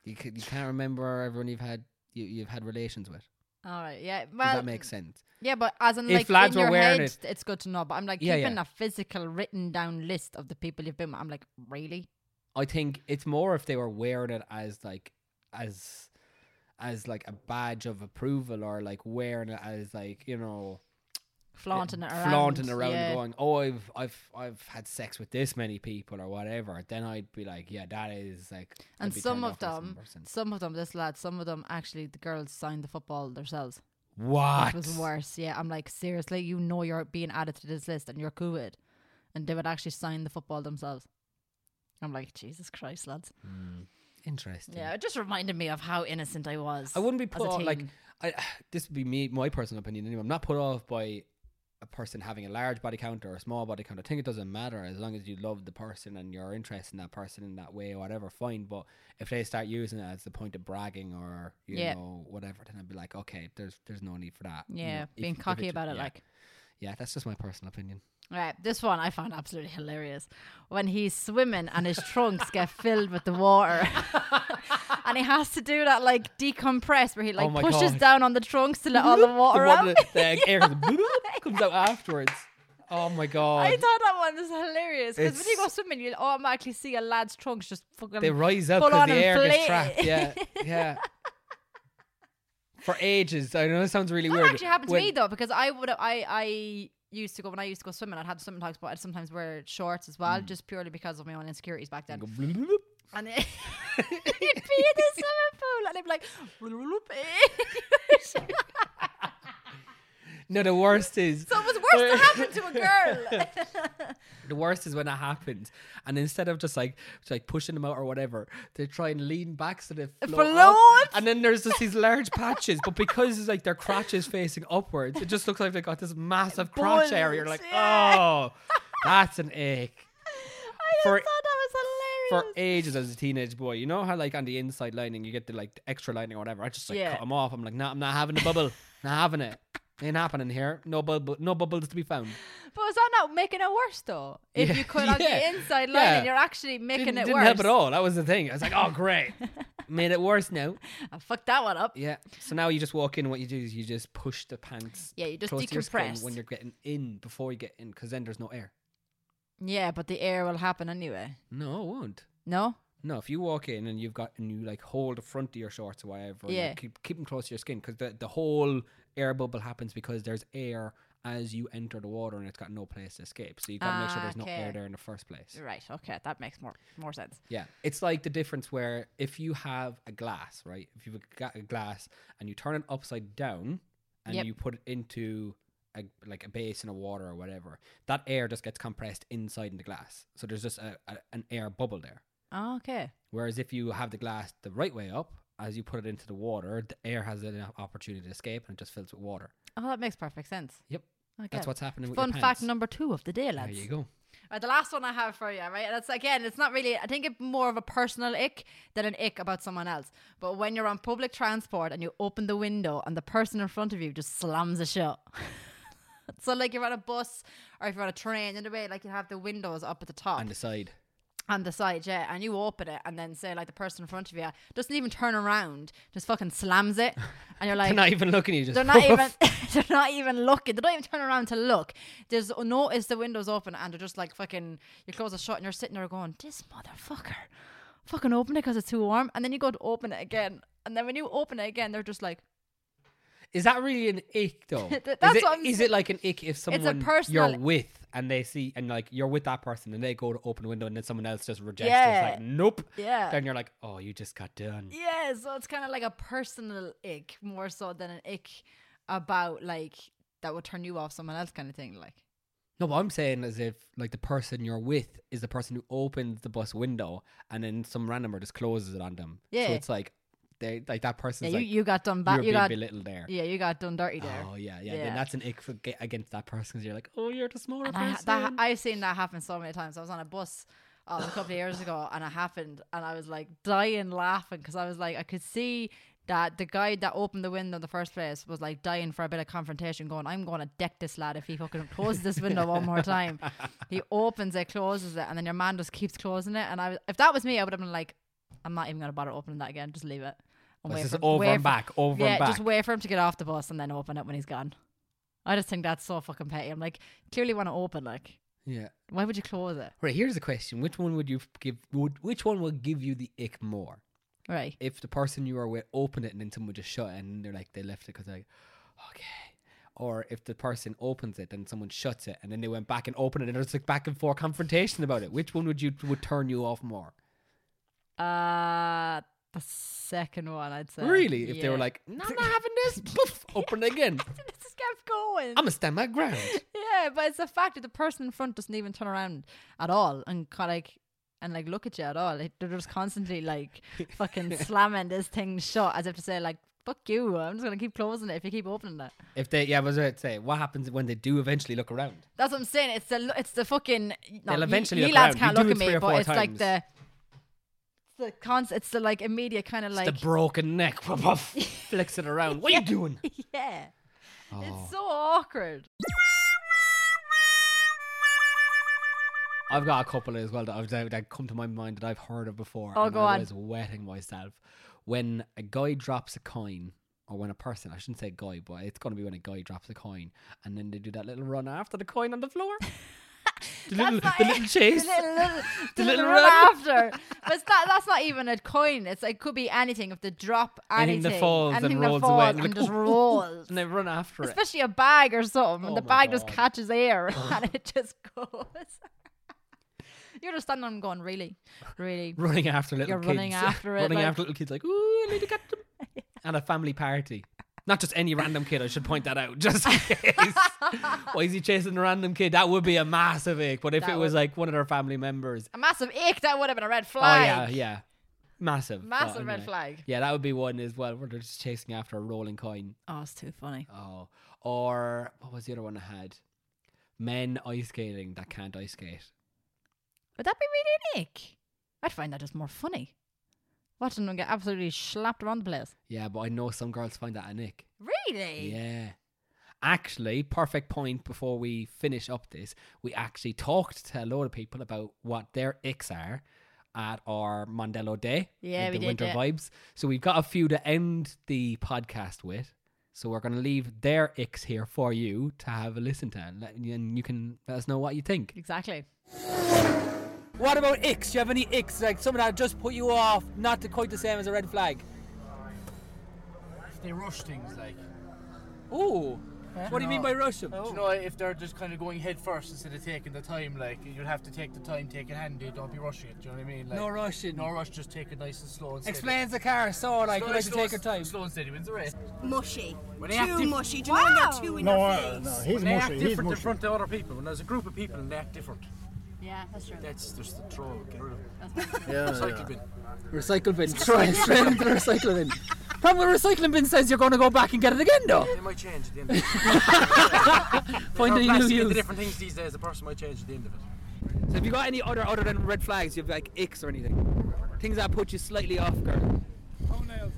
you c- you can't remember everyone you've had you, you've had relations with. All right. Yeah. Does Well, that make sense? Yeah, but as in If like lads in were your wearing head, it- it's good to know. But I'm like Yeah, keeping yeah. a physical written down list of the people you've been with. I'm like, really? I think it's more if they were wearing it as like as as like a badge of approval or like wearing it as like you know Flaunting it around. flaunting around yeah. going oh I've I've I've had sex with this many people or whatever then I'd be like yeah that is like I'd And be some turned of off by some them, person. some of them, this lad, some of them actually, the girls signed the football themselves. what Which was worse. Yeah, I'm like, seriously, you know you're being added to this list and you're cool with it. And they would actually sign the football themselves. I'm like, Jesus Christ, lads. interesting Yeah, it just reminded me of how innocent I was. I wouldn't be as a put off like teen. I, this would be me my personal opinion anyway. I'm not put off by a person having a large body count or a small body count. I think it doesn't matter as long as you love the person and you're interested in that person in that way or whatever, fine. But if they start using it as the point of bragging or you Yeah. know, whatever, then I'd be like, Okay, there's there's no need for that. you yeah, know, if- being if cocky about it, yeah. like. Yeah, that's just my personal opinion. Right, this one I found absolutely hilarious. When he's swimming and his trunks get filled with the water, and he has to do that like decompress, where he like Oh my pushes God. down on the trunks to let all the water one out. that- the air goes comes out afterwards. Oh my god. I thought that one was hilarious because when you go It's- swimming, you'll automatically see a lad's trunks just fucking. They rise up Um, full because on the air gets inflate. trapped. Yeah, yeah. For ages. I know it sounds really That weird. actually happened to When- me though because I would I I used to go when I used to go swimming. I'd have swimming trunks, but I'd sometimes wear shorts as Mm. well, just purely because of my own insecurities back then. Go bloop, bloop, bloop. And it, you'd be in the swimming pool and it'd be like, eh." "Bloop." No, the worst is so it was worse to happen to a girl. the worst is when it happens, and instead of just like just, like pushing them out or whatever, they try and lean back so they float, up, Float! and then there's just these large patches. But because it's like their crotch is facing upwards, it just looks like they got this massive crotch area. You're Buns, like, yeah. oh, that's an ache. I just For- thought that was for hilarious. ages as a teenage boy. You know how like on the inside lining you get the like the extra lining or whatever. I just like Yeah. cut them off. I'm like, nah, I'm not having the bubble. not having it. Ain't happening here. No bubble. No bubbles to be found. but was that not making it worse though? If Yeah. you cut on Yeah. the inside line Yeah. and you're actually making didn't it didn't worse. help at all. That was the thing. I was like, oh great, made it worse now. I fucked that one up. Yeah. So now you just walk in. What you do is you just push the pants. Yeah, you just close to your skin decompress. when you're getting in before you get in, because then there's no air. Yeah, but the air will happen anyway. No, it won't. No? No, if you walk in and you've got and you like hold the front of your shorts or whatever, yeah, Yeah. keep keep them close to your skin because the the whole air bubble happens because there's air as you enter the water and it's got no place to escape. So you got to make sure Ah, there's no air okay. there in the first place. Right, okay, that makes more more sense. Yeah, it's like the difference where if you have a glass, right? If you've got a glass and you turn it upside down and Yep. you put it into a, like a basin of water or whatever, that air just gets compressed inside in the glass. So there's just a, a, an air bubble there. Oh, okay. Whereas if you have the glass the right way up, as you put it into the water, the air has enough opportunity to escape and it just fills with water. Oh, that makes perfect sense. Yep. Okay. That's what's happening with your Fun fact pants. number two of the day, lads. There you go. Right, the last one I have for you, right? That's again, it's not really. I think it's more of a personal ick than an ick about someone else. But when you're on public transport and you open the window and the person in front of you just slams it shut. so like you're on a bus or if you're on a train, in a way, like you have the windows up at the top on the side. on the side, yeah, and you open it, and then say like the person in front of you doesn't even turn around, just fucking slams it, and you're like, They're not even looking at you. Just they're not even, they're not even looking, they don't even turn around to look. There's notice the windows open, and they're just like fucking, you close the shut, and you're sitting there going, this motherfucker, fucking open it because it's too warm, and then you go to open it again, and then when you open it again, they're just like, Is that really an ick though? Th- Is that's it- what I'm is sa- it like an ick if someone personal- you're with and they see and like you're with that person and they go to open a window and then someone else just rejects it? Yeah. It's like nope. Yeah. Then you're like, oh, you just got done. Yeah, so it's kind of like a personal ick more so than an ick about like that would turn you off someone else kind of thing. Like, No, what I'm saying is if like the person you're with is the person who opens the bus window and then some randomer just closes it on them. Yeah. So it's like they like that yeah, person's you, like you got done you're bad. You being got belittled there. yeah, you got done dirty there. Oh yeah, yeah. Yeah. Then that's an ick for, ge- against that person 'cause you're like, oh, you're the smaller And I, ha- person. that, I've seen that happen so many times. I was on a bus um, a couple of years ago, and it happened, and I was like dying laughing because I was like, I could see that the guy that opened the window in the first place was like dying for a bit of confrontation, going, "I'm going to deck this lad if he fucking closes this window one more time." he opens it, closes it, and then your man just keeps closing it. And I, was, if that was me, I would have been like, "I'm not even going to bother opening that again. Just leave it." And This wait is for- over wait and for- back, over yeah, and back. just wait for him to get off the bus and then open it when he's gone. I just think that's so fucking petty. I'm like, clearly want to open, like, yeah. why would you close it? Right, here's a question. Which one would you f- give would which one would give you the ick more? Right. If the person you are with opened it and then someone just shut it and they're like they left it because like okay. Or if the person opens it and someone shuts it and then they went back and opened it and it's like back and forth confrontation about it. Which one would you would turn you off more? Uh the second one I'd say. really? If they were Yeah. like, no, I'm not having this, poof, open it again. this just kept going. I'm gonna stand my ground. yeah, but it's the fact that the person in front doesn't even turn around at all and kind like and like look at you at all. Like, they're just constantly like fucking slamming this thing shut as if to say like fuck you. I'm just gonna keep closing it if you keep opening it. If they yeah, I was about to say, what happens when they do eventually look around? That's what I'm saying. It's the it's the fucking. No, They'll you- eventually you look lads around. can't You do look it at me, three or but four it's like times. the it's the cons. It's the like immediate kind of like the broken neck. Flicks it around. What are you doing? Oh. yeah. It's so awkward. I've got a couple as well that I've that that come to my mind that I've heard of before. Oh, and go I on. was wetting myself when a guy drops a coin, or when a person I shouldn't say guy, but it's going to be when a guy drops a coin, and then they do that little run after the coin on the floor. the little, not the it. little chase. The little, little, the The little little run run. after. But it's not, that's not even a coin. It's like could be anything. If they drop anything, Anything that falls anything and that rolls falls away, and like, just "Ooh, ooh, ooh," rolls. and they run after it. Especially a bag or something, Oh and the my bag just God. catches air and it just goes. You're just standing on going, really, really. running after little You're kids. running after it, running like- after little kids, like, ooh, I need to get them. At a family party. Not just any random kid, I should point that out, just in case. Why is he chasing a random kid? That would be a massive ick. But if That it was would- like one of their family members. A massive ick. That would have been a red Oh, flag. yeah, yeah. Massive. But Massive red anyway. flag. Yeah, that would be one as well, where they're just chasing after a rolling coin. Oh, it's too funny. Oh. Or what was the other one I had? Men ice skating that can't ice skate. Would that be really an ick? I'd find that just more funny. Watching them get absolutely slapped around the place. Yeah, but I know some girls find that an ick. Really? Yeah. Actually, perfect point before we finish up this. We actually talked to a lot of people about what their icks are at our Mondello Day. Yeah, with we the did, winter yeah. vibes. So we've got a few to end the podcast with. So we're gonna leave their icks here for you to have a listen to, and, let, and you can let us know what you think. Exactly. What about icks? Do you have any icks like someone that just put you off? Not the, quite the same as a red flag. If they rush things, like. Ooh, what do you mean by rush Oh. them? Do you know if they're just kind of going head first instead of taking the time, like you'll have to take the time, take it handy, don't be rushing it. Do you know what I mean? Like, No rushing. No rush, just take it nice and slow. And steady. Explains the car, so like Slow you like to and take slow- your time. Slow and steady wins the race. mushy. When they Too act dif- uh, mushy. Do you know when they're too in your face? when they act different in front of other people, when there's a group of people and they act different, Yeah, that's true. that's just the throw. Get rid of it. Yeah, Recycle bin. Recycle bin. Try straight into the recycling bin. Probably the recycling bin says you're going to go back and get it again, though. They might change at the end. Of it. Find a They're new plastic into use. different things these days. The person might change at the end of it. So have you got any other other than red flags? You have like icks or anything? Things that put you slightly off guard. Toenails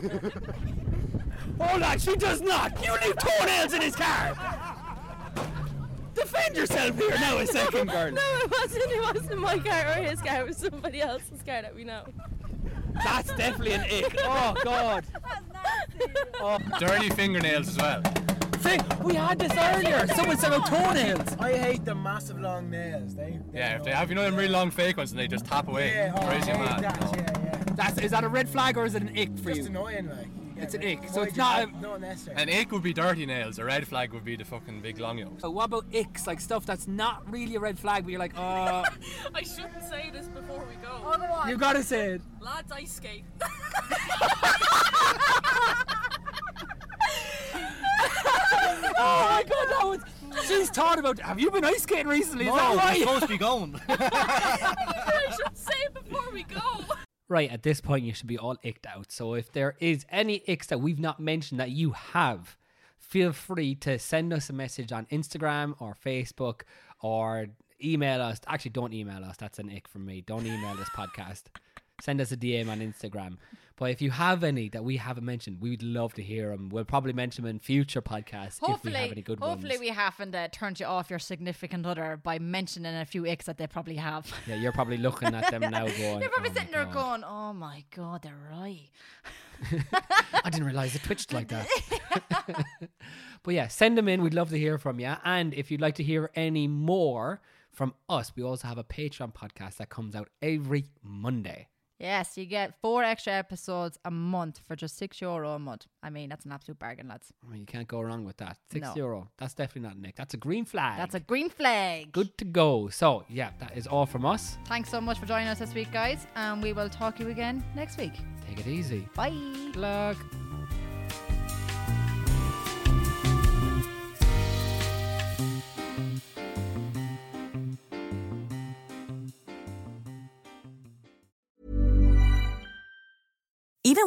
and Hold on, she does not. You leave toenails in his car. Defend yourself here now, a second girl. No, it wasn't. It wasn't my car or his car. It was somebody else's car that we know. That's definitely an ick. Oh God. Oh, dirty fingernails as well. see, we had this earlier. Someone said about toenails. I hate the massive long nails. They. Yeah, if they have, you know, them really long fake ones and they just tap away. Yeah, oh, Crazy I hate mad. that. no. Yeah, yeah. That's is that a red flag or is it an ick for Just you? annoying, like. Yeah, It's an like, ick, so why it's do you not have- a- not necessary. An ick would be dirty nails. A red flag would be the fucking big long nose. So what about icks? Like stuff that's not really a red flag, but you're like, oh, I shouldn't say this before we go. you gotta say it. Lads, I skate. Oh my God, that was. She's thought about. Have you been ice skating Oh, recently? Is that No, why? we're supposed to be going. I should say it before we go. Right, at this point, you should be all icked out. So if there is any icks that we've not mentioned that you have, feel free to send us a message on Instagram or Facebook or email us. Actually, don't email us. That's an ick from me. Don't email this podcast. Send us a DM on Instagram. But if you have any that we haven't mentioned, we'd love to hear them. We'll probably mention them in future podcasts Hopefully, if we have any good hopefully ones. we haven't uh, turned you off your significant other by mentioning a few icks that they probably have. yeah, you're probably looking at them now going. You're probably "Oh my sitting there God, going, "Oh my god, they're right." I didn't realize it twitched like that. but yeah, send them in. We'd love to hear from you. And if you'd like to hear any more from us, we also have a Patreon podcast that comes out every Monday. Yes, you get four extra episodes a month for just six euro a month. I mean, that's an absolute bargain, lads. I mean, you can't go wrong with that. Six No. euro. That's definitely not Nick. That's a green flag. That's a green flag. good to go. So yeah, that is all from us. Thanks so much for joining us this week, guys, and we will talk to you again next week. Take it easy. Bye. Good luck. Even